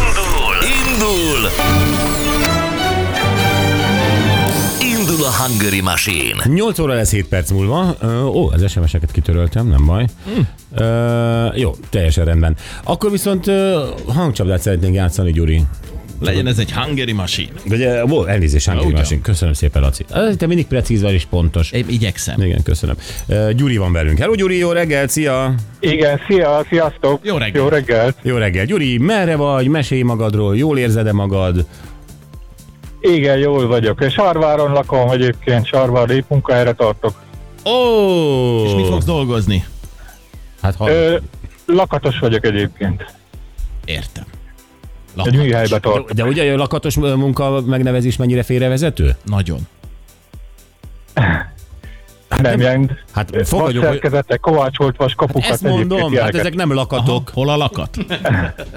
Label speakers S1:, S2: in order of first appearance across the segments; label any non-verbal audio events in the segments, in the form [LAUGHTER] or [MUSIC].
S1: Indul! Indul! Indul a Hungary Machine!
S2: 8 óra lesz 7 perc múlva. Ö, Ó, az SMS-eket kitöröltem, nem baj.
S3: Hm.
S2: Ö, jó, teljesen rendben. Akkor viszont ö, hangcsapdát szeretnénk játszani, Gyuri.
S3: Legyen ez egy Hungary Machine.
S2: De ugye, ó, elnézést, Hungary
S3: Ugyan.
S2: Machine. Köszönöm szépen, Laci. Ö, Te mindig precíz vagy és pontos.
S3: Én igyekszem.
S2: Igen, köszönöm. Ö, Gyuri van velünk. Hello, Gyuri, jó reggel, szia!
S4: Igen, szia, sziasztok!
S3: Jó reggelt.
S4: Jó reggelt!
S2: Jó reggel, Gyuri, merre vagy, mesélj magadról, jól érzed-e magad?
S4: Igen, jól vagyok. És Sarváron lakom egyébként, Sarvári munkahelyre tartok.
S2: Ó!
S3: És mit fogsz dolgozni?
S2: Hát ha...
S4: Ö, lakatos vagyok egyébként.
S3: Értem.
S4: Egy műhelybe
S2: Jó,
S4: tartok.
S2: De ugye a lakatos munka megnevezés mennyire félrevezető?
S3: Nagyon.
S4: Nem ilyen
S2: Hát
S4: vas
S2: fogadjuk, hogy...
S4: szerkezetek, kovácsolt vas kapukat
S2: Ezt
S4: egyébként
S2: mondom, hát
S4: jelget.
S2: ezek nem
S3: Aha,
S2: lakatok.
S3: hol a [LAUGHS] lakat?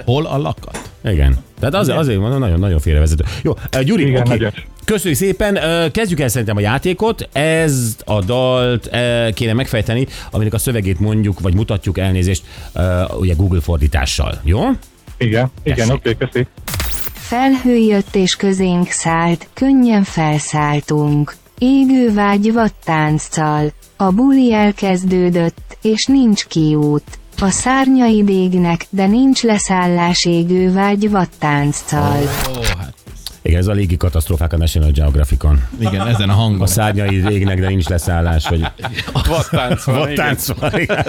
S3: Hol a lakat?
S2: Aha. Igen. Tehát az, azért mondom, nagyon-nagyon félrevezető. Jó, eh, Gyuri,
S4: Igen,
S2: oké.
S4: nagyon.
S2: Köszönjük szépen, eh, kezdjük el szerintem a játékot. Ez a dalt eh, kéne megfejteni, aminek a szövegét mondjuk, vagy mutatjuk elnézést, eh, ugye Google fordítással. Jó?
S4: Igen, igen,
S2: Tessék.
S4: oké, köszi.
S5: Felhő jött és közénk szállt, könnyen felszálltunk. Égő vágy tánccal. A buli elkezdődött, és nincs kiút. A szárnyaid égnek, de nincs leszállás égő vágy tánccal.
S3: Ó, hát
S2: Igen, ez a légi katasztrófák a National Geographicon.
S3: igen, ezen a
S2: A
S3: hangon.
S2: szárnyai égnek, de nincs leszállás, vagy
S6: [LAUGHS] Vattánc van, igen.
S2: vattánc van. Igen.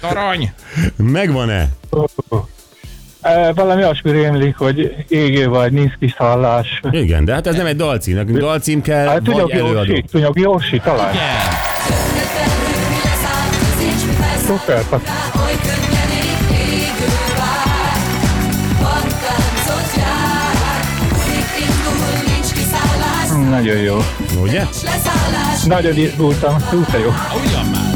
S3: Arany!
S2: Megvan-e?
S4: Ó, ó. E, Valami olyasmi rémlik, hogy égő vagy, nincs kiszállás.
S2: Igen, de hát ez nem egy dalcím, nekünk dalcím kell,
S4: Hát
S2: vagy
S4: tudok
S2: előadó.
S4: Jósi, tudok Jósi talán.
S3: Igen.
S4: Szuper, passz- nagyon jó.
S2: Ugye?
S4: Nagyon izgultam, szuper jó.
S3: Ugyan már.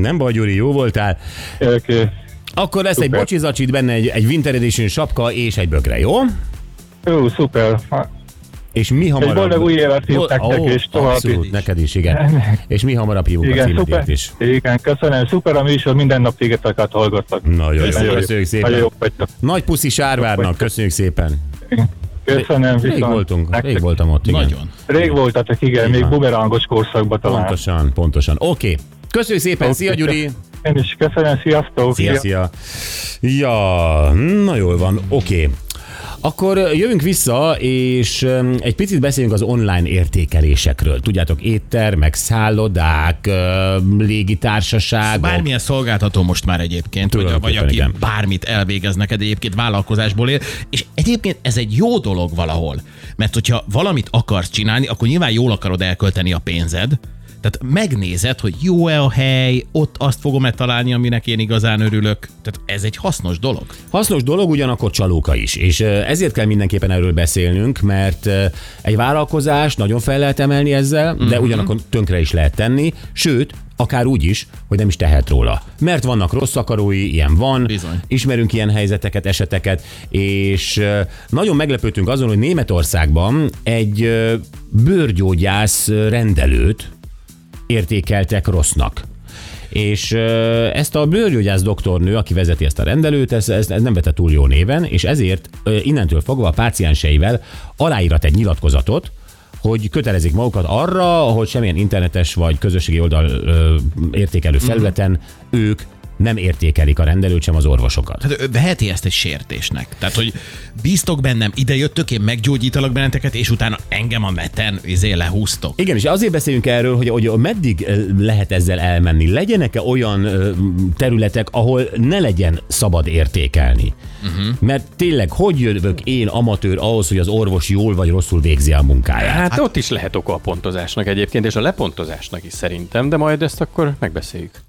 S2: Nem baj, Gyuri, jó voltál.
S4: Oké. Okay.
S2: Akkor lesz egy
S4: Szuper.
S2: bocsizacsit, benne egy, egy Winter Edition sapka és egy bögre, jó?
S4: Jó, szuper.
S2: És mi hamarabb...
S4: boldog új évet hívok
S2: Bol-
S4: nektek,
S2: Ó,
S4: és további.
S2: Abszolút, neked is,
S4: [LAUGHS]
S2: igen. És mi hamarabb hívunk a
S4: Igen,
S2: címedért
S4: szuper.
S2: is.
S4: Igen, köszönöm. Szuper a műsor, minden nap tégeteket hallgatlak.
S2: Nagyon jó,
S4: Nagyon
S2: köszönjük
S4: Nagyon
S2: szépen.
S4: jók vagytok.
S2: Nagy puszi Sárvárnak, köszönjük szépen.
S4: Köszönöm,
S2: Rég
S4: viszont.
S2: voltunk,
S4: nektek-
S2: rég voltam ott, igen.
S3: Nagyon.
S4: Rég voltatok, igen, még
S2: van.
S4: bumerángos korszakban talán.
S2: Pontosan, pontosan. Oké. Köszönjük szépen,
S4: Oké,
S2: szia Gyuri!
S4: Én is köszönöm, sziasztok!
S2: Szia, szia. Ja, na jól van, oké. Okay. Akkor jövünk vissza, és öm, egy picit beszéljünk az online értékelésekről. Tudjátok, éttermek, szállodák, öm, légitársaságok.
S3: Bármilyen szolgáltató most már egyébként, vagy, vagy
S2: Tulajdonképpen
S3: aki
S2: igen.
S3: bármit elvégez neked egyébként vállalkozásból él, és egyébként ez egy jó dolog valahol, mert hogyha valamit akarsz csinálni, akkor nyilván jól akarod elkölteni a pénzed, tehát megnézed, hogy jó-e a hely, ott azt fogom-e találni, aminek én igazán örülök. Tehát ez egy hasznos dolog.
S2: Hasznos dolog, ugyanakkor csalóka is. És ö, ezért kell mindenképpen erről beszélnünk, mert ö, egy vállalkozás nagyon fel lehet emelni ezzel, de ugyanakkor tönkre is lehet tenni, sőt, akár úgy is, hogy nem is tehet róla. Mert vannak rossz akarói, ilyen van,
S3: Bizony.
S2: ismerünk ilyen helyzeteket, eseteket, és ö, nagyon meglepődtünk azon, hogy Németországban egy ö, bőrgyógyász ö, rendelőt értékeltek rossznak. És ö, ezt a bőrgyógyász doktornő, aki vezeti ezt a rendelőt, ez, ez, ez nem vette túl jó néven, és ezért ö, innentől fogva a pácienseivel aláírat egy nyilatkozatot, hogy kötelezik magukat arra, hogy semmilyen internetes vagy közösségi oldal ö, értékelő felületen ők nem értékelik a rendelőt, sem az orvosokat.
S3: Tehát ő Hát, veheti ezt egy sértésnek. Tehát, hogy bíztok bennem, ide jöttök, én meggyógyítalak benneteket, és utána engem a meten izé lehúztok.
S2: Igen, és azért beszélünk erről, hogy, hogy meddig ö, lehet ezzel elmenni. Legyenek-e olyan ö, területek, ahol ne legyen szabad értékelni? Uh-huh. Mert tényleg, hogy jövök én amatőr ahhoz, hogy az orvos jól vagy rosszul végzi a munkáját?
S6: Hát, hát ott is lehet oka a pontozásnak egyébként, és a lepontozásnak is szerintem, de majd ezt akkor megbeszéljük.